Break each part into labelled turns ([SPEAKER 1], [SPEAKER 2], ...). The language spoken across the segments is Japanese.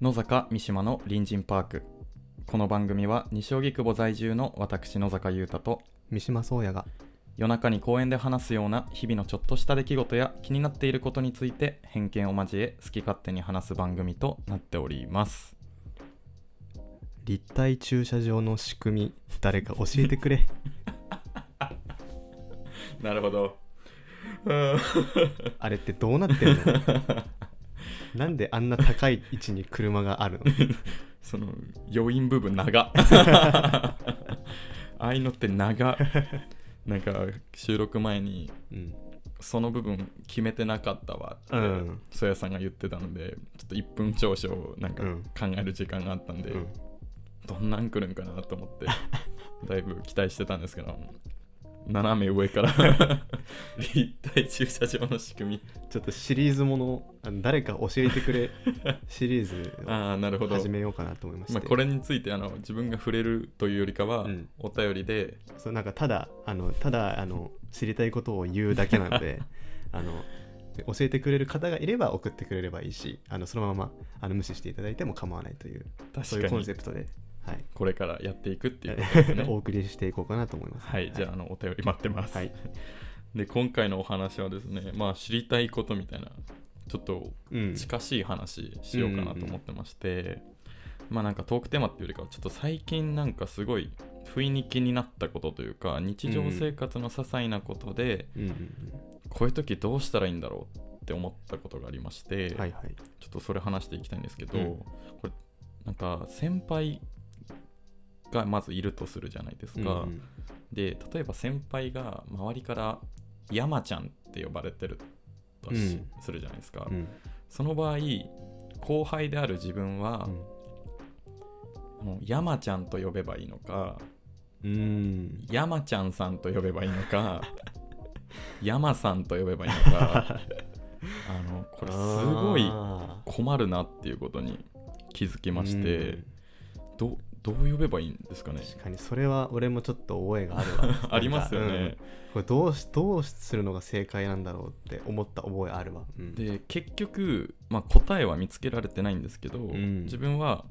[SPEAKER 1] 野坂三島の隣人パークこの番組は西荻窪在住の私野坂優太と
[SPEAKER 2] 三島宗也が
[SPEAKER 1] 夜中に公園で話すような日々のちょっとした出来事や気になっていることについて偏見を交え好き勝手に話す番組となっております
[SPEAKER 2] 立体駐車場の仕組み誰か教えてく れ
[SPEAKER 1] なるほど
[SPEAKER 2] あれってどうなってんのなんであんな高い位置に車があるの
[SPEAKER 1] その余韻部分 長ああいうのって長なんか収録前に
[SPEAKER 2] うん
[SPEAKER 1] その部分決めてなかったわって
[SPEAKER 2] うん
[SPEAKER 1] そやさんが言ってたのでちょっと1分長所をなんか
[SPEAKER 2] うん
[SPEAKER 1] 考える時間があったんで、
[SPEAKER 2] うん
[SPEAKER 1] どんなん来るんかなと思って だいぶ期待してたんですけど斜め上から 立体駐車場の仕組み
[SPEAKER 2] ちょっとシリーズものあの誰か教えてくれ シリーズを
[SPEAKER 1] ああなるほど
[SPEAKER 2] 始めようかなと思いまして、
[SPEAKER 1] まあ、これについてあの自分が触れるというよりかは、
[SPEAKER 2] うん
[SPEAKER 1] お便りで
[SPEAKER 2] そうなんかただあのただあの知りたいことを言うだけなの であの教えてくれる方がいれば送ってくれればいいしあのそのままあの無視していただいても構わないというそ
[SPEAKER 1] 確
[SPEAKER 2] ういう
[SPEAKER 1] か
[SPEAKER 2] コン
[SPEAKER 1] に
[SPEAKER 2] セプトで、はい
[SPEAKER 1] これからやっていくっていうことですね
[SPEAKER 2] お送りしていこうかなと思います。
[SPEAKER 1] はいじゃああのお便り待ってます、
[SPEAKER 2] はい
[SPEAKER 1] で今回のお話はですねまあ知りたいことみたいなちょっと
[SPEAKER 2] うん、
[SPEAKER 1] 近しい話しようかなと思ってまして、まあなんかトークテーマっていうよりかはちょっと最近なんかすごい不意に気になったことというか日常生活の些細なことで、
[SPEAKER 2] うんうん
[SPEAKER 1] こういう時どうしたらいいんだろうって思ったことがありまして、
[SPEAKER 2] うん、はいはい。
[SPEAKER 1] ちょっとそれ話していきたいんですけど、
[SPEAKER 2] うん
[SPEAKER 1] これなんか先輩がまずいるとするじゃないですか、
[SPEAKER 2] うん
[SPEAKER 1] で例えば先輩が周りから山ちゃんって呼ばれてるとし
[SPEAKER 2] うん
[SPEAKER 1] するじゃないですか、
[SPEAKER 2] うん
[SPEAKER 1] その場合後輩である自分は、もう山ちゃんと呼べばいいのか
[SPEAKER 2] うん、うん、
[SPEAKER 1] 山ちゃんさんと呼べばいいの か山さんと呼べばいいのかあのこれすごい
[SPEAKER 2] あー
[SPEAKER 1] 困るなっていうことに気づきまして、どどう呼べばいいんですか
[SPEAKER 2] うん
[SPEAKER 1] ね。
[SPEAKER 2] 確かにそれは俺もちょっと覚えがある わ
[SPEAKER 1] ありますよ
[SPEAKER 2] なん
[SPEAKER 1] ね
[SPEAKER 2] か、うんこれどうしどうするのが正解なんだろうって思った覚えあるわ。うん、
[SPEAKER 1] で結局、まあ、答えは見つけられてないんですけど、
[SPEAKER 2] ん
[SPEAKER 1] 自分は、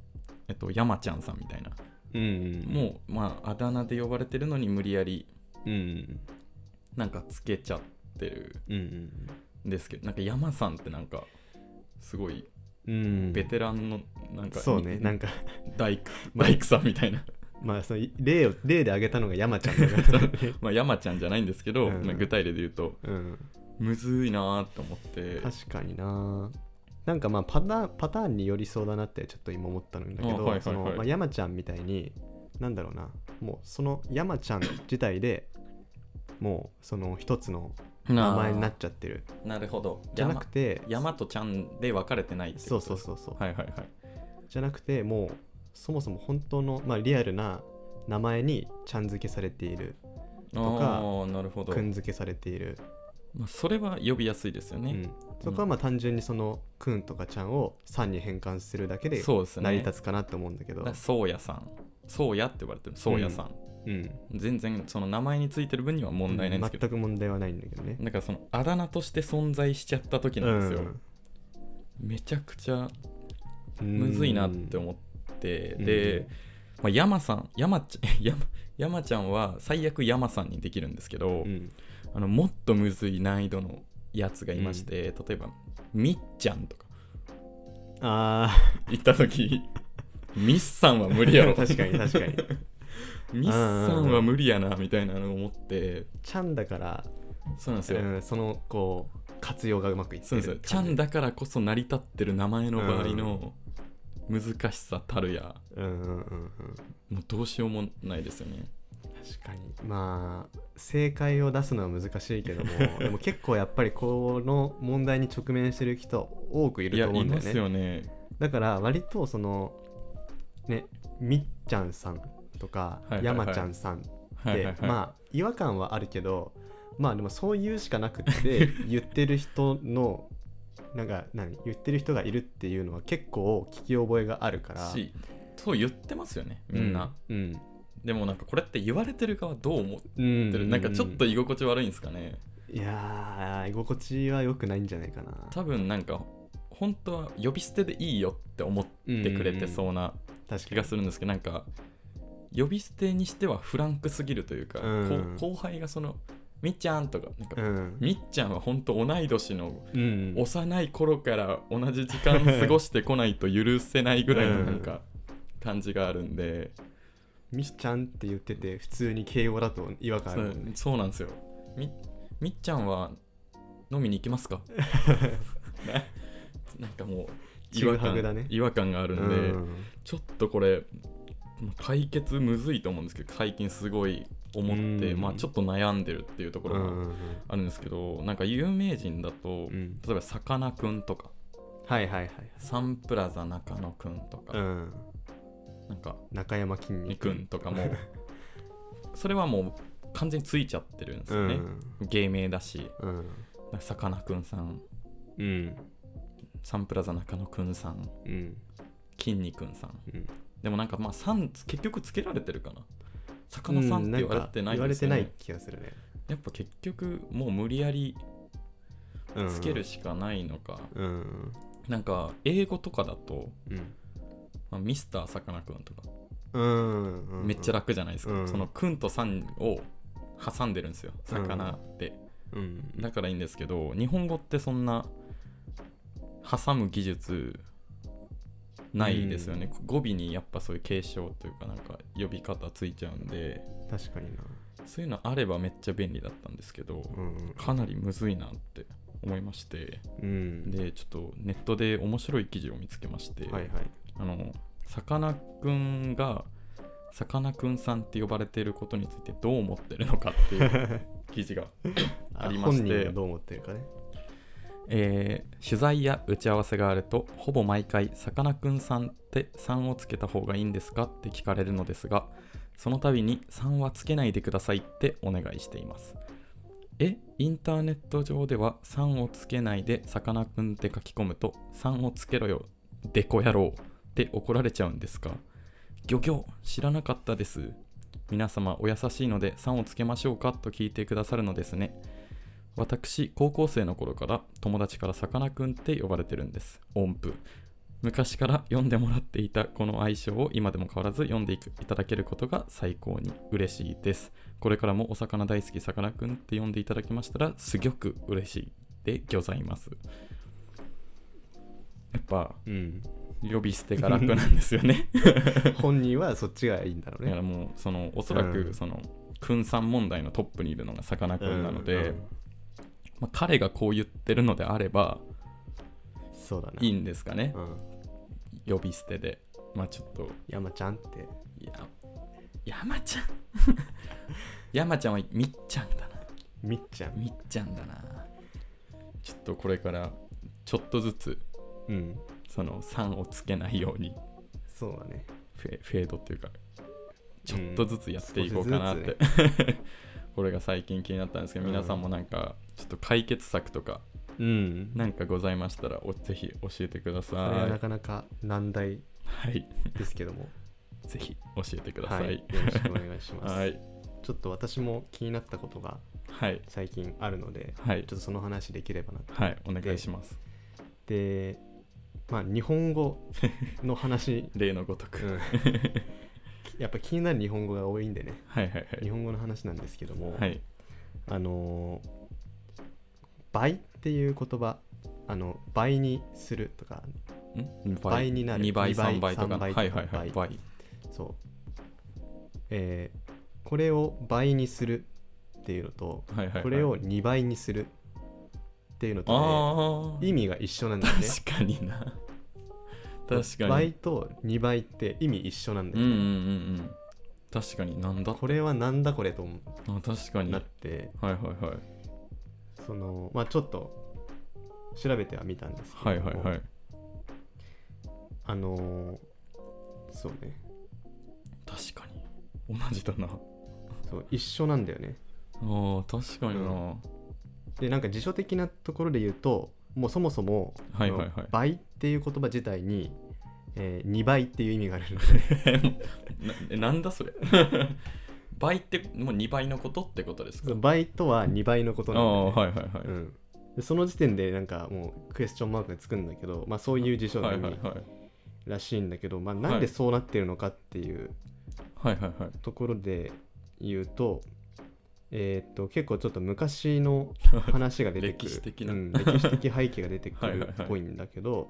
[SPEAKER 1] えっと、山ちゃんさんみたいな、
[SPEAKER 2] うんうん、
[SPEAKER 1] もう、まあ、あだ名で呼ばれてるのに無理やり
[SPEAKER 2] うん、うん
[SPEAKER 1] なんかつけちゃってる
[SPEAKER 2] うんうん
[SPEAKER 1] んですけどなんか山さんってなんかすごい
[SPEAKER 2] うん、
[SPEAKER 1] ベテランのなんか、
[SPEAKER 2] そうねなん
[SPEAKER 1] か
[SPEAKER 2] か
[SPEAKER 1] 大工大工さんみたいな
[SPEAKER 2] まあその例を例で挙げたのが山ちゃんだか らね、
[SPEAKER 1] まあ山ちゃんじゃないんですけど、
[SPEAKER 2] うん
[SPEAKER 1] まあ具体例で言うと
[SPEAKER 2] うん、
[SPEAKER 1] むずいなーと思って
[SPEAKER 2] 確かにななんかまあパターンパターンによりそうだなってちょっと今思ったんだけ
[SPEAKER 1] あはいはいは
[SPEAKER 2] ど
[SPEAKER 1] い
[SPEAKER 2] そのまあ山ちゃんみたいになんだろうなもうその山ちゃん自体でもうその一つの名前になっちゃってる
[SPEAKER 1] なるほど
[SPEAKER 2] じゃなくて
[SPEAKER 1] 山とちゃんで分かれてないってこと
[SPEAKER 2] そうそう
[SPEAKER 1] う
[SPEAKER 2] そうそう
[SPEAKER 1] はいはいはい
[SPEAKER 2] じゃなくてもうそもそも本当のまあリアルな名前にちゃん付けされているとか
[SPEAKER 1] あーなるほど、
[SPEAKER 2] くん付けされている、
[SPEAKER 1] まあ、それは呼びやすいですよ
[SPEAKER 2] う
[SPEAKER 1] ね、
[SPEAKER 2] ん、そこはまあ単純にそのくんとかちゃんをさんに変換するだけで
[SPEAKER 1] そうですね
[SPEAKER 2] 成り立つかなと思うんだけど
[SPEAKER 1] だからそうやさんそうやって呼ばれてるそうやさん、
[SPEAKER 2] うん
[SPEAKER 1] 全然その名前についてる分には問題ないんですけど、
[SPEAKER 2] 全く問題はないんだけどね
[SPEAKER 1] なんかそのあだ名として存在しちゃった時なんですよ、めちゃくちゃ
[SPEAKER 2] うん
[SPEAKER 1] むずいなって思って、
[SPEAKER 2] うん
[SPEAKER 1] で、まあ、山さん山ち ゃん山山ちゃんは最悪山さんにできるんですけど、
[SPEAKER 2] うん
[SPEAKER 1] あのもっとむずい難易度のやつがいまして、例えばみっちゃんとか
[SPEAKER 2] あ
[SPEAKER 1] 行った時 ミスさんは無理やろ
[SPEAKER 2] あ 確かに確かに
[SPEAKER 1] ミスさんは無理やなみたいなのを思って
[SPEAKER 2] ちゃんだから、
[SPEAKER 1] そうなんですよ、
[SPEAKER 2] うん、そのこう活用がうまくいっ
[SPEAKER 1] そ
[SPEAKER 2] て
[SPEAKER 1] う
[SPEAKER 2] る
[SPEAKER 1] なんですよちゃんだからこそ成り立ってる名前の場合
[SPEAKER 2] うん
[SPEAKER 1] の難しさたるや
[SPEAKER 2] うんうんうんうん
[SPEAKER 1] もうどうしようもないですよね
[SPEAKER 2] 確かにまあ正解を出すのは難しいけど もでも結構やっぱりこの問題に直面してる人多くい
[SPEAKER 1] い
[SPEAKER 2] る
[SPEAKER 1] や
[SPEAKER 2] と思う
[SPEAKER 1] い
[SPEAKER 2] んだ
[SPEAKER 1] ま
[SPEAKER 2] よね
[SPEAKER 1] すよね
[SPEAKER 2] だから割とそのねみっちゃんさんとか、
[SPEAKER 1] はいはいはい
[SPEAKER 2] 山ちゃんさん
[SPEAKER 1] は
[SPEAKER 2] で
[SPEAKER 1] いはいはい、
[SPEAKER 2] まあ違和感はあるけどまあでもそういうしかなくって 言ってる人のなんか何言ってる人がいるっていうのは結構聞き覚えがあるから
[SPEAKER 1] しそう言ってますよねみんな、、
[SPEAKER 2] うん
[SPEAKER 1] でもなんかこれって言われてる側どう思って
[SPEAKER 2] うん
[SPEAKER 1] る、なんかちょっと居心地悪いんですかね
[SPEAKER 2] いやー居心地は良くないんじゃないかな
[SPEAKER 1] 多分なんか本当は呼び捨てでいいよって思ってくれてそうな
[SPEAKER 2] 確
[SPEAKER 1] 気
[SPEAKER 2] かに
[SPEAKER 1] がするんですけどなんか呼び捨てにしてはフランクすぎるというか、
[SPEAKER 2] うん
[SPEAKER 1] こう後輩がその「みっちゃん」とかなんか、
[SPEAKER 2] うん
[SPEAKER 1] みっちゃんは本当同い年の
[SPEAKER 2] うん
[SPEAKER 1] 幼い頃から同じ時間過ごしてこないと許せないぐらいのなんか感じがあるんで、
[SPEAKER 2] みっちゃんって言ってて普通に敬語だと違和感あるもんね
[SPEAKER 1] そうそうなんですよみみっちゃんは飲みに行き ますかななんかもう違和
[SPEAKER 2] ちぐは
[SPEAKER 1] 感,、
[SPEAKER 2] ぐだね
[SPEAKER 1] 違和感があるんで、
[SPEAKER 2] うん
[SPEAKER 1] ちょっとこれまあ解決むずいと思うんですけど最近すごい思って、
[SPEAKER 2] うん
[SPEAKER 1] まあ、ちょっと悩んでるっていうところ
[SPEAKER 2] うん
[SPEAKER 1] があるんですけど、なんか有名人だと、
[SPEAKER 2] うん
[SPEAKER 1] 例えばさかなクンとか
[SPEAKER 2] はいはいはい
[SPEAKER 1] サンプラザ中野くんと
[SPEAKER 2] う
[SPEAKER 1] か、
[SPEAKER 2] ん
[SPEAKER 1] なんか
[SPEAKER 2] 中山きん
[SPEAKER 1] に
[SPEAKER 2] に
[SPEAKER 1] くんとかもそれはもう完全についちゃってるんですよね、芸名だし
[SPEAKER 2] うん
[SPEAKER 1] さかなクンさん
[SPEAKER 2] うん
[SPEAKER 1] サンプラザ中野くんさん
[SPEAKER 2] うん
[SPEAKER 1] 筋肉くんさん
[SPEAKER 2] うん
[SPEAKER 1] でもなんかまあさん結局つけられてるかなさかなさんって言われてない
[SPEAKER 2] うんんか言わ
[SPEAKER 1] で
[SPEAKER 2] れ
[SPEAKER 1] す
[SPEAKER 2] て
[SPEAKER 1] よ
[SPEAKER 2] な
[SPEAKER 1] ね
[SPEAKER 2] い気がするね
[SPEAKER 1] やっぱ結局もう無理やり
[SPEAKER 2] うん
[SPEAKER 1] つけるしかないのか、
[SPEAKER 2] うん
[SPEAKER 1] なんか英語とかだと、
[SPEAKER 2] うん
[SPEAKER 1] まあ、ミスターさかなクンとか
[SPEAKER 2] うんうん
[SPEAKER 1] めっちゃ楽じゃないですか、
[SPEAKER 2] うん
[SPEAKER 1] そのくんとさんを挟んでるんですよ
[SPEAKER 2] うん
[SPEAKER 1] 魚って、
[SPEAKER 2] うん
[SPEAKER 1] だからいいんですけど日本語ってそんな挟む技術ないですよね、語尾にやっぱそういう継承というかなんか呼び方ついちゃうんで
[SPEAKER 2] 確かにな
[SPEAKER 1] そういうのあればめっちゃ便利だったんですけど、
[SPEAKER 2] うん
[SPEAKER 1] かなりむずいなって思いまして
[SPEAKER 2] うん
[SPEAKER 1] でちょっとネットで面白い記事を見つけまして、
[SPEAKER 2] はいはい
[SPEAKER 1] あのさかなクンがさかなクンさんって呼ばれていることについてどう思ってるのかっていう 記事が、ありまして
[SPEAKER 2] 本人がどう思ってるかね
[SPEAKER 1] えー取材や打ち合わせがあるとほぼ毎回さかなクンさんって「さん」をつけた方がいいんですかって聞かれるのですがその度に「さん」はつけないでくださいってお願いしていますえインターネット上では「さん」をつけないで「さかなクン」って書き込むと「さん」をつけろよでこ野郎って怒られちゃうんですかギョギョ知らなかったです皆様お優しいので「さん」をつけましょうかと聞いてくださるのですね私高校生の頃から友達からさかなクンって呼ばれてるんです音符昔から読んでもらっていたこの愛称を今でも変わらず読んでいくいただけることが最高に嬉しいですこれからもお魚大好きさかなクンって呼んでいただきましたらすぎょく嬉しいでございますやっぱ
[SPEAKER 2] うん
[SPEAKER 1] 呼び捨てが楽なんですよ ね
[SPEAKER 2] 本人はそっちがいいんだろう
[SPEAKER 1] だか
[SPEAKER 2] ね
[SPEAKER 1] らもうそのおそら
[SPEAKER 2] う
[SPEAKER 1] く
[SPEAKER 2] ん
[SPEAKER 1] その、くんさん問題のトップにいるのがさかなクンなので、
[SPEAKER 2] うんうん
[SPEAKER 1] まあ、彼がこう言ってるのであれば
[SPEAKER 2] そうだない
[SPEAKER 1] いんですかね
[SPEAKER 2] うん
[SPEAKER 1] 呼び捨てでまあちょっと
[SPEAKER 2] 山ちゃんって
[SPEAKER 1] や山ちゃん 山ちゃんはみっちゃんだな
[SPEAKER 2] みっちゃん
[SPEAKER 1] みっちゃんだなちょっとこれからちょっとずつ
[SPEAKER 2] うん
[SPEAKER 1] その「さん」をつけないように
[SPEAKER 2] そうだね
[SPEAKER 1] フェフェードっていうかちょっとずつやっていこうかなって、
[SPEAKER 2] うん
[SPEAKER 1] これが最近気になったんですけど、
[SPEAKER 2] うん
[SPEAKER 1] 皆さんもなんかちょっと解決策とか
[SPEAKER 2] うん
[SPEAKER 1] なんかございましたらおぜひ教えてくだ
[SPEAKER 2] これは
[SPEAKER 1] さ
[SPEAKER 2] なかなか難題
[SPEAKER 1] いはい
[SPEAKER 2] ですけども
[SPEAKER 1] ぜひ教えてくださ
[SPEAKER 2] はいい、よろしくお願いします、
[SPEAKER 1] はい
[SPEAKER 2] ちょっと私も気になったことが
[SPEAKER 1] はい
[SPEAKER 2] 最近あるので
[SPEAKER 1] はい
[SPEAKER 2] ちょっとその話できればな
[SPEAKER 1] はいお願いします
[SPEAKER 2] でまあ日本語 の話
[SPEAKER 1] 例のごとく、
[SPEAKER 2] うんやっぱ気になる日本語が多いんでね
[SPEAKER 1] はいはい
[SPEAKER 2] 日本語の話なんですけども、
[SPEAKER 1] はいはい
[SPEAKER 2] あのー倍っていう言葉あの倍にするとか
[SPEAKER 1] ん
[SPEAKER 2] 倍になる
[SPEAKER 1] 2倍
[SPEAKER 2] 二倍
[SPEAKER 1] 3倍とか
[SPEAKER 2] 三倍
[SPEAKER 1] はいはいはい
[SPEAKER 2] 倍
[SPEAKER 1] 倍
[SPEAKER 2] そうえーこれを倍にするっていうのと
[SPEAKER 1] はいはいはい
[SPEAKER 2] これを2倍にするっていうのと、
[SPEAKER 1] あ
[SPEAKER 2] ね、
[SPEAKER 1] あ
[SPEAKER 2] 意味が一緒なんだよね
[SPEAKER 1] 確かにな確か
[SPEAKER 2] 倍
[SPEAKER 1] に
[SPEAKER 2] と2倍って意味一緒なんだ
[SPEAKER 1] うん
[SPEAKER 2] よ、
[SPEAKER 1] うんうん
[SPEAKER 2] ね
[SPEAKER 1] うん確かになんだ
[SPEAKER 2] これはなんだこれと思
[SPEAKER 1] あ確か
[SPEAKER 2] う
[SPEAKER 1] に
[SPEAKER 2] な
[SPEAKER 1] は
[SPEAKER 2] っ
[SPEAKER 1] い
[SPEAKER 2] て
[SPEAKER 1] はいはい
[SPEAKER 2] そのまあちょっと調べてはみたんですけ
[SPEAKER 1] は
[SPEAKER 2] れ
[SPEAKER 1] い
[SPEAKER 2] ども
[SPEAKER 1] はいはい
[SPEAKER 2] あのーそうね
[SPEAKER 1] 確かに同じだなあ
[SPEAKER 2] そう一緒なんだよね
[SPEAKER 1] ー確かにな、
[SPEAKER 2] うでなんか辞書的なところで言うともうそもそも、
[SPEAKER 1] はいはいはい
[SPEAKER 2] あの倍っていう言葉自体に、え2倍っていう意味が あるので
[SPEAKER 1] な えなんだそれ 倍ってもう2倍のことってことです
[SPEAKER 2] そ
[SPEAKER 1] か
[SPEAKER 2] の倍とは2倍のこと
[SPEAKER 1] あ
[SPEAKER 2] なんだよ
[SPEAKER 1] あ
[SPEAKER 2] ね
[SPEAKER 1] はいはいはい、
[SPEAKER 2] うん、でその時点でなんかもうクエスチョンマークがつくんだけど、まあ、そういう辞書の
[SPEAKER 1] はい
[SPEAKER 2] 意
[SPEAKER 1] はい
[SPEAKER 2] 味
[SPEAKER 1] はい
[SPEAKER 2] らしいんだけど、まあ、なんでそうなってるのかっていう
[SPEAKER 1] はいはいはい
[SPEAKER 2] ところで言うと,、えーっと結構ちょっと昔 の話が出てく
[SPEAKER 1] 歴
[SPEAKER 2] る
[SPEAKER 1] 史的な
[SPEAKER 2] うん、歴史的背景が出てく
[SPEAKER 1] はいはい
[SPEAKER 2] る
[SPEAKER 1] はい
[SPEAKER 2] っぽいんだけど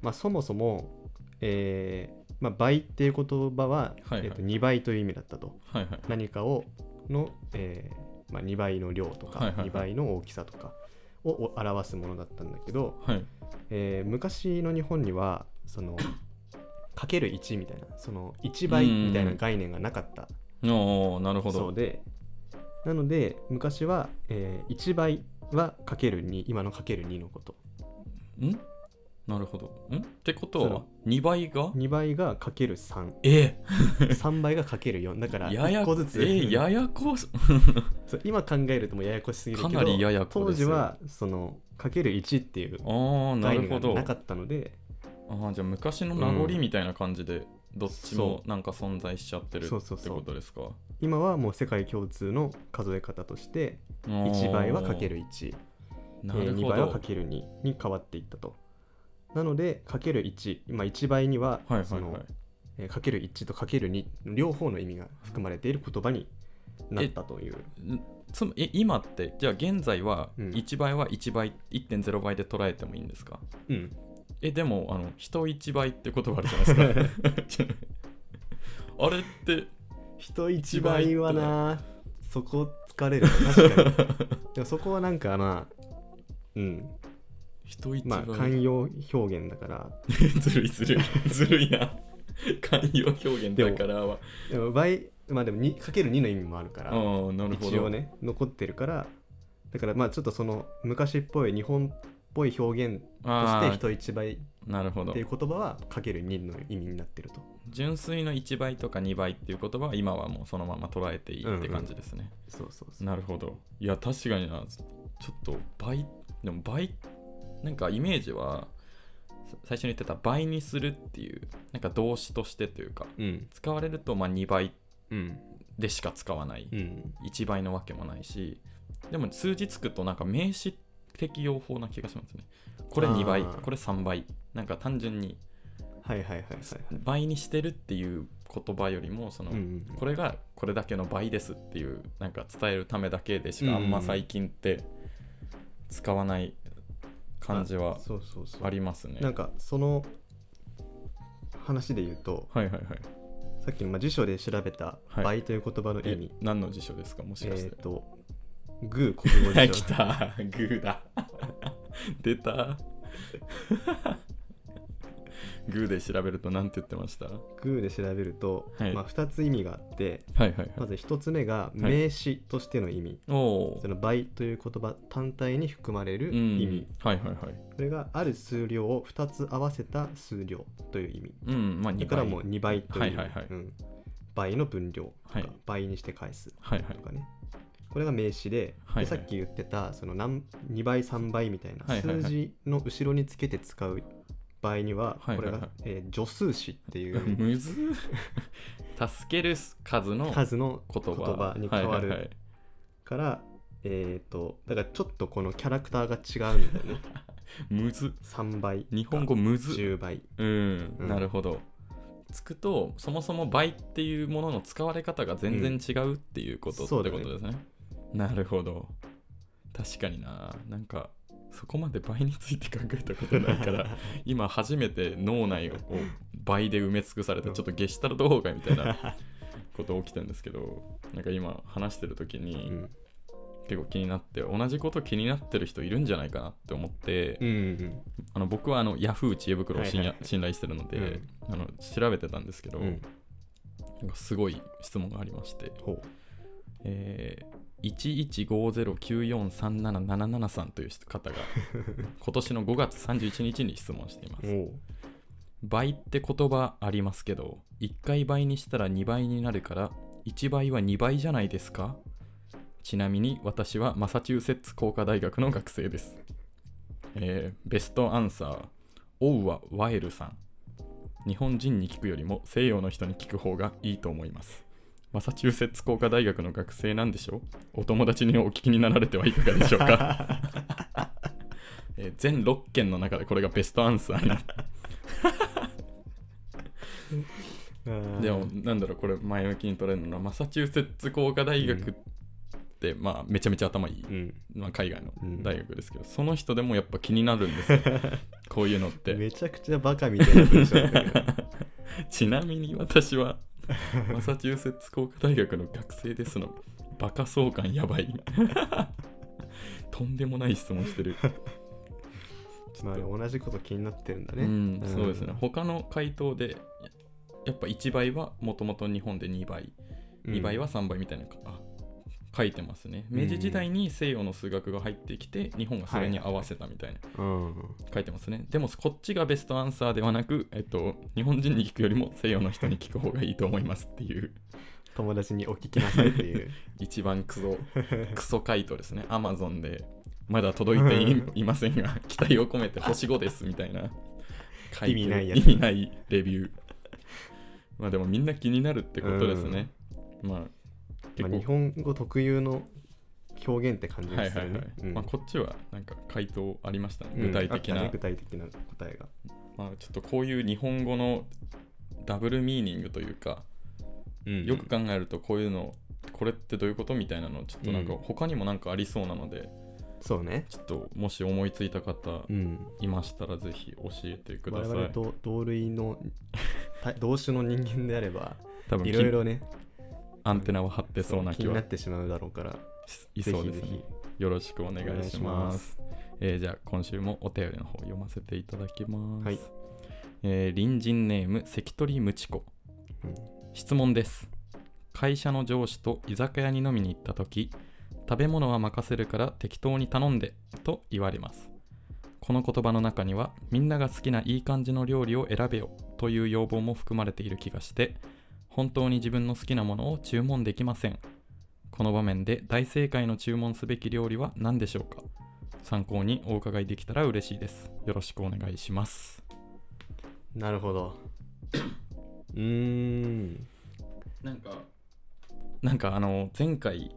[SPEAKER 2] まあ、そもそも、えーまあ、倍っていう言葉は、
[SPEAKER 1] はいはい
[SPEAKER 2] えーっと2倍という意味だったと
[SPEAKER 1] はいはい
[SPEAKER 2] 何かをの、えーまあ、2倍の量とか、
[SPEAKER 1] はいはいはい
[SPEAKER 2] 2倍の大きさとかをお表すものだったんだけど、
[SPEAKER 1] はい
[SPEAKER 2] えー昔の日本にはその かける1みたいなその1倍みたいな概念がなかった
[SPEAKER 1] おおなるほ
[SPEAKER 2] そう
[SPEAKER 1] ど
[SPEAKER 2] でなので昔は、えー1倍はかける2今のかける2のこと
[SPEAKER 1] んなるほどんってこと
[SPEAKER 2] そ
[SPEAKER 1] は
[SPEAKER 2] の
[SPEAKER 1] 2倍が
[SPEAKER 2] 2倍がかける33
[SPEAKER 1] え
[SPEAKER 2] 倍がかける4だから
[SPEAKER 1] やや
[SPEAKER 2] 1個ずつ
[SPEAKER 1] えややこし
[SPEAKER 2] そう今考えるともうややこしすぎるけど
[SPEAKER 1] かなりややこ
[SPEAKER 2] 当
[SPEAKER 1] です
[SPEAKER 2] 時
[SPEAKER 1] よ
[SPEAKER 2] はそのかける1っていう
[SPEAKER 1] ああな
[SPEAKER 2] 概
[SPEAKER 1] る
[SPEAKER 2] 念
[SPEAKER 1] ほ
[SPEAKER 2] が
[SPEAKER 1] ど
[SPEAKER 2] なかったので
[SPEAKER 1] あーじゃあ昔の名残みたいな感じでどっちも
[SPEAKER 2] そ
[SPEAKER 1] なんか存在しちゃってるって
[SPEAKER 2] そう
[SPEAKER 1] こ
[SPEAKER 2] そうそう
[SPEAKER 1] とですか
[SPEAKER 2] 今はもう世界共通の数え方として
[SPEAKER 1] 1
[SPEAKER 2] 1倍はかける1、え
[SPEAKER 1] なる
[SPEAKER 2] ー2
[SPEAKER 1] ほ
[SPEAKER 2] 倍はか
[SPEAKER 1] ど
[SPEAKER 2] ける2に変わっていったとなのでかける1今1倍には
[SPEAKER 1] はいは
[SPEAKER 2] そ
[SPEAKER 1] いは
[SPEAKER 2] の
[SPEAKER 1] い
[SPEAKER 2] えーかける1とかける2の両方の意味が含まれている言葉になったという
[SPEAKER 1] つまえ今ってじゃあ現在は
[SPEAKER 2] うん
[SPEAKER 1] 1倍は1倍、1.0倍で捉えてもいいんですか
[SPEAKER 2] うん
[SPEAKER 1] えでもあの人1倍って言葉あるじゃないです かあれって
[SPEAKER 2] 人1
[SPEAKER 1] 1
[SPEAKER 2] 倍
[SPEAKER 1] 倍は
[SPEAKER 2] はなそこ疲れる確かに でもそこはなんかまあうん
[SPEAKER 1] 人1
[SPEAKER 2] ま
[SPEAKER 1] 倍、
[SPEAKER 2] あ寛容表現だから
[SPEAKER 1] ずるいずるい ずるいな寛容表現だからは
[SPEAKER 2] でも倍まあでも2かける2の意味もあるから
[SPEAKER 1] ああなるほど
[SPEAKER 2] 一応ね残ってるからだからまあちょっとその昔っぽい日本っぽい表現とし
[SPEAKER 1] あ
[SPEAKER 2] て
[SPEAKER 1] ー
[SPEAKER 2] 人一倍っ
[SPEAKER 1] なるほど
[SPEAKER 2] ていう言葉はかける2の意味になってると
[SPEAKER 1] 純粋の1倍とか2倍っていう言葉は今はもうそのまま捉えていいって感じですね、
[SPEAKER 2] そうそうそう
[SPEAKER 1] なるほどいや確かになちょっと倍でも倍なんかイメージはさ最初に言ってた倍にするっていうなんか動詞としてというか
[SPEAKER 2] うん
[SPEAKER 1] 使われるとまあ2倍
[SPEAKER 2] うん
[SPEAKER 1] でしか使わない
[SPEAKER 2] うん
[SPEAKER 1] 1倍のわけもないしでも数字つくとなんか名詞的用法な気がしますねこれ2倍
[SPEAKER 2] あー
[SPEAKER 1] これ3倍なんか単純に
[SPEAKER 2] はいはいはいはいはい
[SPEAKER 1] 倍にしてるっていう言葉よりもその、
[SPEAKER 2] うんうん
[SPEAKER 1] これがこれだけの倍ですっていうなんか伝えるためだけでしかあんま最近って使わない感じは
[SPEAKER 2] そうそうそう
[SPEAKER 1] ありますね。
[SPEAKER 2] なんかその話で言うと
[SPEAKER 1] はいはいはい。
[SPEAKER 2] さっきまあ辞書で調べた
[SPEAKER 1] はい
[SPEAKER 2] 倍という言葉の意
[SPEAKER 1] え
[SPEAKER 2] 味
[SPEAKER 1] 何の辞書ですかもし
[SPEAKER 2] え
[SPEAKER 1] かして
[SPEAKER 2] ー。とグー国語
[SPEAKER 1] はい
[SPEAKER 2] 辞
[SPEAKER 1] 来
[SPEAKER 2] 書
[SPEAKER 1] たグーだ出たグーで調べると何て言ってましたは
[SPEAKER 2] グーで調べると
[SPEAKER 1] はい
[SPEAKER 2] まあ2つ意味があって
[SPEAKER 1] いはいはい
[SPEAKER 2] ま。ず1つ目が名詞としての意味、
[SPEAKER 1] おお
[SPEAKER 2] そ。の倍という言葉単体に含まれる
[SPEAKER 1] う
[SPEAKER 2] 意
[SPEAKER 1] ん
[SPEAKER 2] 味、。
[SPEAKER 1] はいはいはい。
[SPEAKER 2] それがある数量を2つ合わせた数量という意味
[SPEAKER 1] うん、まあ2
[SPEAKER 2] だ
[SPEAKER 1] 倍。
[SPEAKER 2] からもう2倍という意味、
[SPEAKER 1] はいはいはい
[SPEAKER 2] うん倍の分量とか、
[SPEAKER 1] はい
[SPEAKER 2] 倍にして返す
[SPEAKER 1] はいは
[SPEAKER 2] と
[SPEAKER 1] い。
[SPEAKER 2] かねこれが名詞で,、
[SPEAKER 1] はいはい
[SPEAKER 2] でさっき言ってたその何2倍3倍みたいな
[SPEAKER 1] はいはいは
[SPEAKER 2] 数
[SPEAKER 1] い
[SPEAKER 2] 字の後ろにつけて使う場合にはこ
[SPEAKER 1] はいはい
[SPEAKER 2] れ
[SPEAKER 1] はい
[SPEAKER 2] が、えー助数詞って いう
[SPEAKER 1] むずー助ける数の言
[SPEAKER 2] 数の言葉
[SPEAKER 1] 葉
[SPEAKER 2] に変わる
[SPEAKER 1] はいはいはい
[SPEAKER 2] からえっ、とだからちょっとこのキャラクターが違うんだよ ね
[SPEAKER 1] むず
[SPEAKER 2] 3倍
[SPEAKER 1] 日本語むず
[SPEAKER 2] 10倍
[SPEAKER 1] うん、
[SPEAKER 2] うん
[SPEAKER 1] なるほどつくとそもそも倍っていうものの使われ方が全然違うっていうこと
[SPEAKER 2] うん
[SPEAKER 1] って
[SPEAKER 2] そ
[SPEAKER 1] こ
[SPEAKER 2] うだ
[SPEAKER 1] と
[SPEAKER 2] ね
[SPEAKER 1] ですね,、なるほど確かにななんかそこまで倍について考えたこと ないから今初めて脳内をこう倍で埋め尽くされたちょっとゲシュタルト崩壊みたいなこと起きたんですけどなんか今話してる時
[SPEAKER 2] う
[SPEAKER 1] に、
[SPEAKER 2] ん
[SPEAKER 1] 結構気になって同じこと気になってる人いるんじゃないかなって思って、
[SPEAKER 2] うんうん
[SPEAKER 1] あの僕はあの Yahoo 知恵袋を信,、
[SPEAKER 2] はいはいはい
[SPEAKER 1] 信頼してるので、
[SPEAKER 2] うん
[SPEAKER 1] あの調べてたんですけど、
[SPEAKER 2] うん
[SPEAKER 1] なんかすごい質問がありまして、
[SPEAKER 2] ほ
[SPEAKER 1] えー、1150943777さんという 方が今年の5月31日に質問していま
[SPEAKER 2] う
[SPEAKER 1] す。
[SPEAKER 2] おう
[SPEAKER 1] 倍って言葉ありますけど1回倍にしたら2倍になるから1倍は2倍じゃないですかちなみに私はマサチューセッツ工科大学の学生です、えーベストアンサーオウはワエルさん日本人に聞くよりも西洋の人に聞く方がいいと思いますマサチューセッツ工科大学の学生なんでしょうお友達にお聞きになられてはいかがでしょうか えー全6件の中でこれがベストアンサーになっ
[SPEAKER 2] うん
[SPEAKER 1] でもなんだろうこれ前向きに取れるのはマサチューセッツ工科大学って、まあめちゃめちゃ頭いい、
[SPEAKER 2] うん
[SPEAKER 1] まあ、海外の
[SPEAKER 2] うん
[SPEAKER 1] 大学ですけど、その人でもやっぱ気になるん ですよこういうのって
[SPEAKER 2] めちゃくちゃバカみたいな文章なんだけど
[SPEAKER 1] ちなみに私はマサチューセッツ工科大学の学生ですのバカ相関やばい とんでもない質問してる、
[SPEAKER 2] まあ同じこと気になってるんだ
[SPEAKER 1] う
[SPEAKER 2] ね、
[SPEAKER 1] ん
[SPEAKER 2] ん
[SPEAKER 1] そうですね他の回答でやっぱ1倍はもともと日本で2倍
[SPEAKER 2] うん
[SPEAKER 1] 2倍は3倍みたいなのか、あ書いてますね明治時代に西洋の数学が入ってきて日本がそれに合わせたみたいな、
[SPEAKER 2] うん
[SPEAKER 1] 書いてますねでもこっちがベストアンサーではなく、えっと、日本人に聞くよりも西洋の人に聞く方がいいと思いますっていう
[SPEAKER 2] 友達にお聞きなさいっていう
[SPEAKER 1] 一番ク ソクソ回答ですね Amazon でまだ届いていいませんが期待を込めて星5ですみたいな書てる
[SPEAKER 2] 意味ないやつ
[SPEAKER 1] 意味ないレビューまあでもみんな気になるってことですね、まあ
[SPEAKER 2] まあ日本語特有の表現って感じ
[SPEAKER 1] は
[SPEAKER 2] で
[SPEAKER 1] い
[SPEAKER 2] す
[SPEAKER 1] は
[SPEAKER 2] よ
[SPEAKER 1] いはい
[SPEAKER 2] ね、うん
[SPEAKER 1] まあ、こっちはなんか回答ありましたね、
[SPEAKER 2] うん
[SPEAKER 1] 具体的な、
[SPEAKER 2] あったね具体的な答えが
[SPEAKER 1] まあ、ちょっとこういう日本語のダブルミーニングというか、よく考えるとこういうのこれってどういうことみたいなのちょっとなんか
[SPEAKER 2] うん
[SPEAKER 1] 他にもなんかありそうなので、
[SPEAKER 2] そうね
[SPEAKER 1] ちょっともし思いついた方
[SPEAKER 2] うん
[SPEAKER 1] いましたらぜひ教えてくだ
[SPEAKER 2] 我
[SPEAKER 1] さ
[SPEAKER 2] 々
[SPEAKER 1] い
[SPEAKER 2] と同類のた同種の人間であれば
[SPEAKER 1] 多分
[SPEAKER 2] いろい
[SPEAKER 1] き
[SPEAKER 2] ろね
[SPEAKER 1] アンテナは張ってそうな
[SPEAKER 2] 気
[SPEAKER 1] 気
[SPEAKER 2] にな
[SPEAKER 1] は
[SPEAKER 2] ってしまうだろうから
[SPEAKER 1] しいそうですね
[SPEAKER 2] ぜひぜ
[SPEAKER 1] よろしくお願いし
[SPEAKER 2] お願
[SPEAKER 1] ま。
[SPEAKER 2] いします
[SPEAKER 1] えーじゃあ今週もお便りの方読ませていただきます。
[SPEAKER 2] はい
[SPEAKER 1] えー隣人ネーム関取ムチコ、
[SPEAKER 2] うん
[SPEAKER 1] 質問です。会社の上司と居酒屋に飲みに行った時食べ物は任せるから適当に頼んでと言われます。この言葉の中にはみんなが好きないい感じの料理を選べよという要望も含まれている気がして本当に自分の好きなものを注文できません。この場面で大正解の注文すべき料理は何でしょうか参考にお伺いできたら嬉しいです。よろしくお願いします。
[SPEAKER 2] ひなるほ どうーん
[SPEAKER 1] なんか、なんかあの、前回、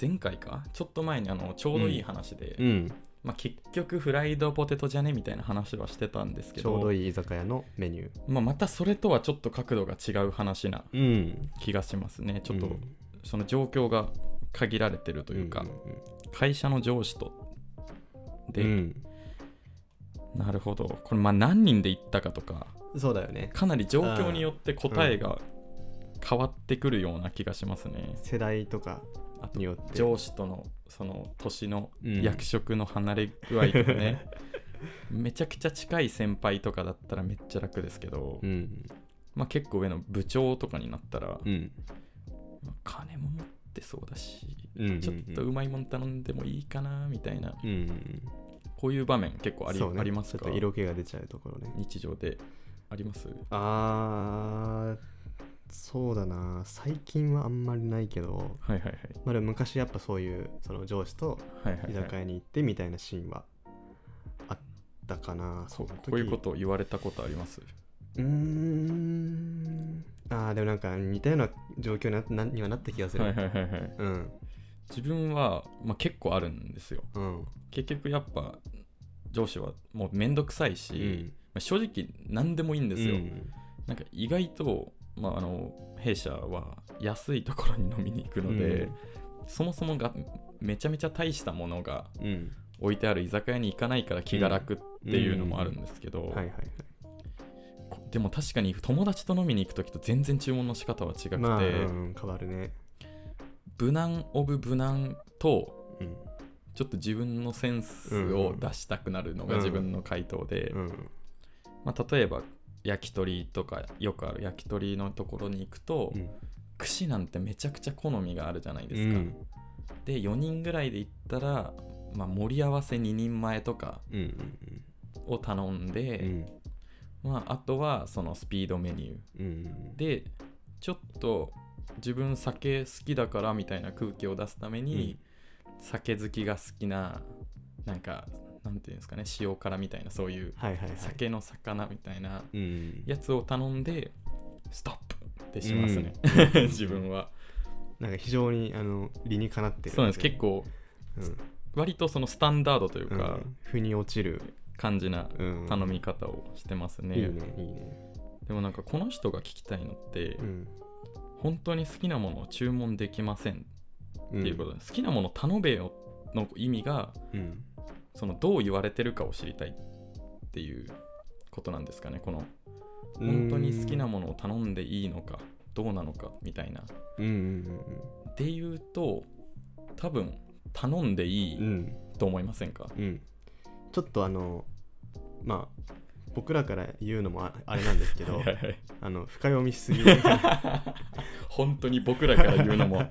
[SPEAKER 1] 前回かちょっと前にあの、ちょうどいい話で、
[SPEAKER 2] うん
[SPEAKER 1] まあ、結局フライドポテトじゃねみたいな話はしてたんですけ
[SPEAKER 2] ち
[SPEAKER 1] ど、
[SPEAKER 2] ょうどいい居酒屋のメニュ
[SPEAKER 1] まあ、またそれとはちょっと角度が違う話な
[SPEAKER 2] ーうん
[SPEAKER 1] 気がしますね。ちょっと、その状況が限られてると
[SPEAKER 2] と
[SPEAKER 1] いうか、会社の上司と、で、
[SPEAKER 2] うん
[SPEAKER 1] なるほど。これ、まあ、何人で行ったかとか、
[SPEAKER 2] そうだよね
[SPEAKER 1] かなり状況によって答えが変わってくるような気がしますね。
[SPEAKER 2] 世代とか
[SPEAKER 1] あと
[SPEAKER 2] によって
[SPEAKER 1] 上司とのその年の
[SPEAKER 2] うん
[SPEAKER 1] 役職の離れ具合とか ね、めちゃくちゃ近い先輩とかだったらめっちゃ楽ですけど、
[SPEAKER 2] うん
[SPEAKER 1] まあ、結構上の部長とかになったら、
[SPEAKER 2] うん
[SPEAKER 1] まあ金も持ってそうだし、
[SPEAKER 2] うん
[SPEAKER 1] ちょっとうまいもん頼んでもいいかなみたいな、
[SPEAKER 2] うん
[SPEAKER 1] こういう場面結構あり,、
[SPEAKER 2] そうね
[SPEAKER 1] あります
[SPEAKER 2] ち
[SPEAKER 1] か
[SPEAKER 2] ょっと色気が出ちゃうところね
[SPEAKER 1] 日常であります
[SPEAKER 2] あーそうだな最近はあんまりないけど、
[SPEAKER 1] はいはいはい。
[SPEAKER 2] まあ、でも昔やっぱそういうその上司と
[SPEAKER 1] はいはいはい
[SPEAKER 2] 居酒屋に行ってみたいなシーンはあったかな、
[SPEAKER 1] そ
[SPEAKER 2] そうの
[SPEAKER 1] こ
[SPEAKER 2] 時
[SPEAKER 1] ういうことを言われたことあります
[SPEAKER 2] うーんあーでもなんか似たような状況にななにはなった気がする、
[SPEAKER 1] はいはいはいはい
[SPEAKER 2] うん
[SPEAKER 1] 自分は、まあ、結構あるんですよ
[SPEAKER 2] うん
[SPEAKER 1] 結局やっぱ上司はもうめんどくさいし、
[SPEAKER 2] うん
[SPEAKER 1] まあ正直何でもいいんですよ、
[SPEAKER 2] うん
[SPEAKER 1] なんか意外と、まあ、あの弊社は安いところに飲みに行くので、そもそもがめちゃめちゃ大したものが
[SPEAKER 2] うん
[SPEAKER 1] 置いてある居酒屋に行かないから気が楽っていうのもあるんですけど、
[SPEAKER 2] はいはいはい
[SPEAKER 1] こでも確かに友達と飲みに行く時と全然注文の仕方は違くて、
[SPEAKER 2] まあ、うん、変わるね
[SPEAKER 1] 無難オブ無難と
[SPEAKER 2] うん
[SPEAKER 1] ちょっと自分のセンスを出したくなるのが
[SPEAKER 2] うん
[SPEAKER 1] 自分の回答で、
[SPEAKER 2] うん
[SPEAKER 1] まあ、例えば焼き鳥とかよくある焼き鳥のところに行くと、
[SPEAKER 2] うん
[SPEAKER 1] 串なんてめちゃくちゃ好みがあるじゃないで
[SPEAKER 2] う
[SPEAKER 1] すか、
[SPEAKER 2] ん
[SPEAKER 1] で4人ぐらいで行ったら、まあ、盛り合わせ2人前とか
[SPEAKER 2] うんうん
[SPEAKER 1] を頼ん
[SPEAKER 2] う
[SPEAKER 1] で、
[SPEAKER 2] ん
[SPEAKER 1] まあ、あとはそのスピードメニュー
[SPEAKER 2] うん
[SPEAKER 1] でちょっと自分酒好きだからみたいな空気を出すために、酒好きが好きななんかなんていうんですかね塩辛みたいなそういう
[SPEAKER 2] はいはいはい
[SPEAKER 1] 酒の魚みたいな
[SPEAKER 2] うん
[SPEAKER 1] やつを頼んでストップってしますね、 自分は
[SPEAKER 2] なんか非常にあの理にかなってる
[SPEAKER 1] そうなんです結構
[SPEAKER 2] うん
[SPEAKER 1] 割とそのスタンダードという
[SPEAKER 2] う
[SPEAKER 1] か
[SPEAKER 2] ん、腑に落ちる、
[SPEAKER 1] 感じな
[SPEAKER 2] うん、
[SPEAKER 1] 頼み方をしてますね,、
[SPEAKER 2] いいねいいね、
[SPEAKER 1] でもなんかこの人が聞きたいのって、
[SPEAKER 2] うん、
[SPEAKER 1] 本当に好きなものを注文できません
[SPEAKER 2] って
[SPEAKER 1] っていうことです、好きなもの頼べよの意味が
[SPEAKER 2] うん、
[SPEAKER 1] そのどう言われてるかを知りたいっていうことなんですかねこの本当に好きな
[SPEAKER 2] も
[SPEAKER 1] ものを頼んでいいのかどうなのかみたいな
[SPEAKER 2] うん
[SPEAKER 1] で言うと多分頼んでい
[SPEAKER 2] うんうんうんう
[SPEAKER 1] い
[SPEAKER 2] ん
[SPEAKER 1] と思いませんか、
[SPEAKER 2] うんちょっとあのまあ僕らから言うのもああれなんですけど
[SPEAKER 1] はいはい
[SPEAKER 2] あの深読みし すぎで
[SPEAKER 1] 本当に僕らから言うの も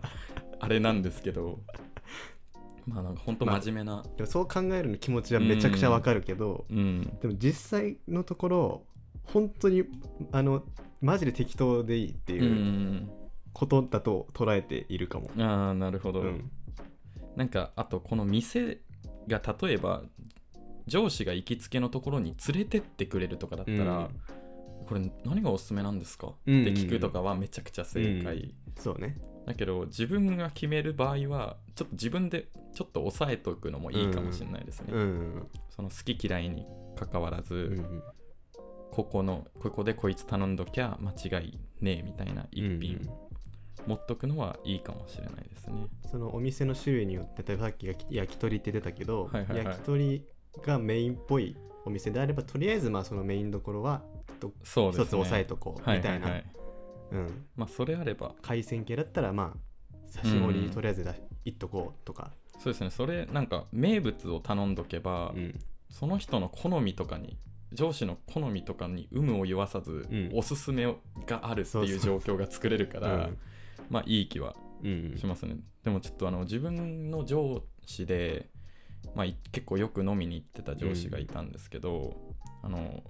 [SPEAKER 1] あれなんですけどまあなんか本当真面目な、
[SPEAKER 2] でもそう考えるの気持ちはめちゃくちゃわかるけど、
[SPEAKER 1] うん
[SPEAKER 2] でも実際のところ本当にあのマジで適当でいいって
[SPEAKER 1] う
[SPEAKER 2] いうんことだと捉えているかも。
[SPEAKER 1] ああなるほ
[SPEAKER 2] う
[SPEAKER 1] ど、
[SPEAKER 2] ん
[SPEAKER 1] なんかあとこの店が例えば上司が行きつけのところに連れてってくれるとかだったら、これ何がおすすめなんですか、
[SPEAKER 2] うん
[SPEAKER 1] って聞くとかはめちゃくちゃ正解、
[SPEAKER 2] そうね。
[SPEAKER 1] だけど自分が決める場合はちょっと自分でちょっと抑えとくのもいいかもしれないですね、
[SPEAKER 2] うん
[SPEAKER 1] その好き嫌いに関わらず、
[SPEAKER 2] うんうん
[SPEAKER 1] ここのここでこいつ頼んどきゃ間違いねえみたいな一
[SPEAKER 2] うん
[SPEAKER 1] 品持っとくのはいいかもしれないですね、
[SPEAKER 2] そのお店の種類によって例えばさっき焼き焼き鳥って出たけど、
[SPEAKER 1] はいはいはい
[SPEAKER 2] 焼き鳥がメインっぽいお店であればとりあえずまあそのメインどころはちょっ
[SPEAKER 1] そう
[SPEAKER 2] と
[SPEAKER 1] ですね
[SPEAKER 2] 一つ押さえとこうみたいな、
[SPEAKER 1] はいはいはい、
[SPEAKER 2] うん、
[SPEAKER 1] まあそれあれば
[SPEAKER 2] 海鮮系だったらまあ刺し盛
[SPEAKER 1] う
[SPEAKER 2] り
[SPEAKER 1] ん
[SPEAKER 2] とりあえずだ、いっとこうとか、
[SPEAKER 1] そうですねそれなんか名物を頼んどけば、
[SPEAKER 2] うん
[SPEAKER 1] その人の好みとかに上司の好みとかに有無を言わさず、
[SPEAKER 2] うん
[SPEAKER 1] おすすめがあるって
[SPEAKER 2] そう
[SPEAKER 1] い
[SPEAKER 2] そう
[SPEAKER 1] う状況が作れるか
[SPEAKER 2] う
[SPEAKER 1] ら
[SPEAKER 2] ん
[SPEAKER 1] まあいい気は
[SPEAKER 2] うん
[SPEAKER 1] しますね、でもちょっとあの自分の上司で、まあ、い結構よく飲みに行ってた上司がいたんですけど、あの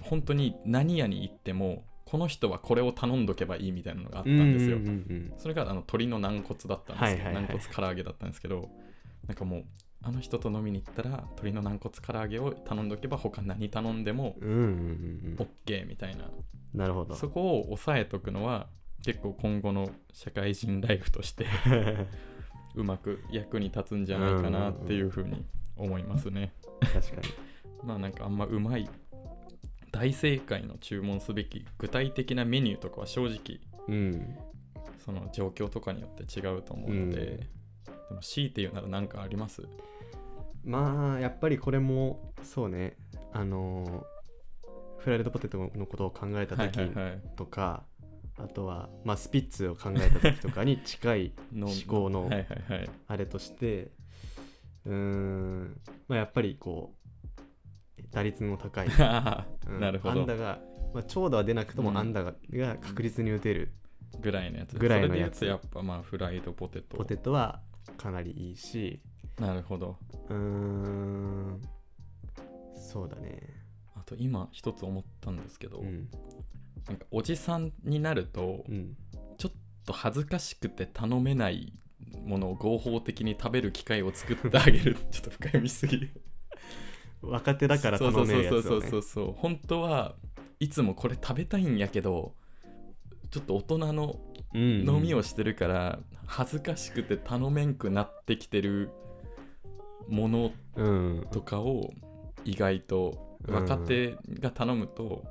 [SPEAKER 1] 本当に何屋に行ってもこの人はこれを頼んどけばいいみたいなのがあったんですよ、
[SPEAKER 2] うんうん
[SPEAKER 1] それがあの鶏の軟骨だったんですけど、
[SPEAKER 2] はいはいはい
[SPEAKER 1] 軟骨唐揚げだったんですけどなんかもうあの人と飲みに行ったら鶏の軟骨唐揚げを頼んどけば他何頼んでも
[SPEAKER 2] うんうんうんうん
[SPEAKER 1] OK みたいな
[SPEAKER 2] なるほど
[SPEAKER 1] そこを抑えとくのは結構今後の社会人ライフとして うまく役に立つんじゃないかなっていうふうに思いますね。
[SPEAKER 2] 確か
[SPEAKER 1] まあなんかあんまうまい大正解の注文すべき具体的なメニューとかは正直
[SPEAKER 2] に、うん、
[SPEAKER 1] その状況とかによって違うと思うので、
[SPEAKER 2] うん
[SPEAKER 1] でも強いて言うなら何かあります
[SPEAKER 2] まあやっぱりこれもそうねあのーフライドポテトのことを考えた
[SPEAKER 1] はい
[SPEAKER 2] 時
[SPEAKER 1] はいはい
[SPEAKER 2] とか、あとは、まあ、スピッツを考えた時とかに近い
[SPEAKER 1] の
[SPEAKER 2] 思考の
[SPEAKER 1] はいはいはい
[SPEAKER 2] あれとしてうーんまあやっぱりこう打率の高い、
[SPEAKER 1] あ
[SPEAKER 2] う
[SPEAKER 1] ー
[SPEAKER 2] ん
[SPEAKER 1] なるほ
[SPEAKER 2] 安
[SPEAKER 1] ど
[SPEAKER 2] 打が、まあ、長打は出なくと
[SPEAKER 1] うん
[SPEAKER 2] も安打が,、が確実に打てる
[SPEAKER 1] ぐらいのやつ
[SPEAKER 2] ぐらいのやつ
[SPEAKER 1] それで言うとやっぱまあフライドポテト
[SPEAKER 2] ポテトはかなりいいし
[SPEAKER 1] なるほど
[SPEAKER 2] うーんそうだね
[SPEAKER 1] あと今一つ思ったんですけど、
[SPEAKER 2] うん
[SPEAKER 1] なんかおじさんになると
[SPEAKER 2] うん
[SPEAKER 1] ちょっと恥ずかしくて頼めないものを合法的に食べる機会を作ってあげ るちょっと深読みしすぎる
[SPEAKER 2] 若手だから頼めるやつを、ね、
[SPEAKER 1] そうそうそうそうそうそう本当はいつもこれ食べたいんやけどちょっと大人の飲
[SPEAKER 2] 飲
[SPEAKER 1] みをしてるから、恥ずかしくて頼めんくなってきてるもの
[SPEAKER 2] うん
[SPEAKER 1] とかを意外と
[SPEAKER 2] うん
[SPEAKER 1] 若手が頼むと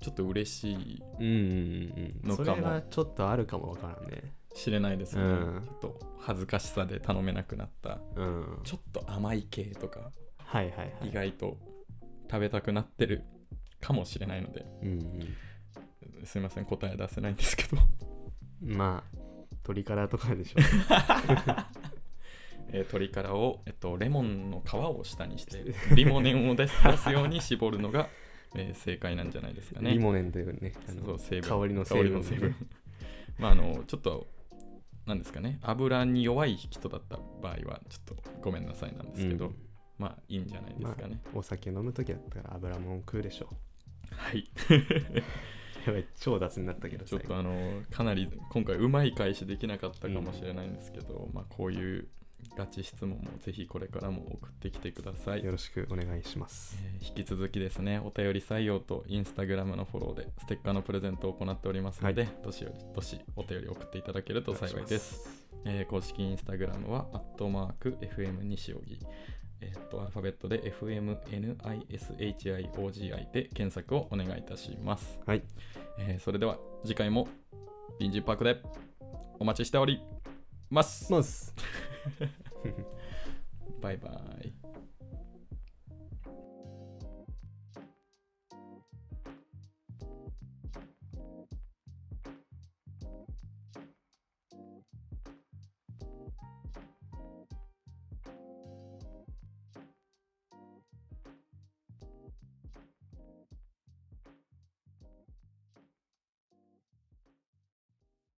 [SPEAKER 1] ちょっと嬉しい
[SPEAKER 2] うんうんうん
[SPEAKER 1] の
[SPEAKER 2] そ
[SPEAKER 1] かも
[SPEAKER 2] れはちょっとあるかもわからんね
[SPEAKER 1] 知れないですよね、
[SPEAKER 2] うん
[SPEAKER 1] ちょっと恥ずかしさで頼めなくなった
[SPEAKER 2] うん
[SPEAKER 1] ちょっと甘い系とか
[SPEAKER 2] はいはいはい
[SPEAKER 1] 意外と食べたくなってるかもしれないので
[SPEAKER 2] うん
[SPEAKER 1] すいません答え出せないんですけど
[SPEAKER 2] うんまあ鶏からとかでしょ
[SPEAKER 1] えー鶏からを、えっと、レモンの皮を下に してリモネンを出す出すように絞るのが、 えー正解なんじゃないですかね
[SPEAKER 2] リモネンというねあ
[SPEAKER 1] そう
[SPEAKER 2] の
[SPEAKER 1] 成分
[SPEAKER 2] 香りの成
[SPEAKER 1] 香
[SPEAKER 2] 分
[SPEAKER 1] りの成 分まああのちょっとなんですかね油に弱い人だった場合はちょっとごめんなさいなんですけど、
[SPEAKER 2] うん
[SPEAKER 1] まあいいんじゃないですかね、
[SPEAKER 2] お酒飲む時だったら油もん食うでしょ
[SPEAKER 1] はい
[SPEAKER 2] やばい超雑になったけど
[SPEAKER 1] ちょっと
[SPEAKER 2] 最後
[SPEAKER 1] あのかなり今回うまい返しできなかったかもしれないんですけど、まあこういう拉致質問もぜひこれからも送ってきてください
[SPEAKER 2] よ。ろしくお願いします。
[SPEAKER 1] えー引き続きですね、お便り採用とインスタグラムのフォローでステッカーのプレゼントを行っておりますので、どしよりどしお便り送っていただけると幸いです。えー公式インスタグラムは、アットマーク FM 西荻。えーっと、アルファベットで FMNISHIOGI で検索をお願いいたします。
[SPEAKER 2] はい。
[SPEAKER 1] えーそれでは次回も臨時パークでお待ちしております。
[SPEAKER 2] ます。
[SPEAKER 1] バイバイ。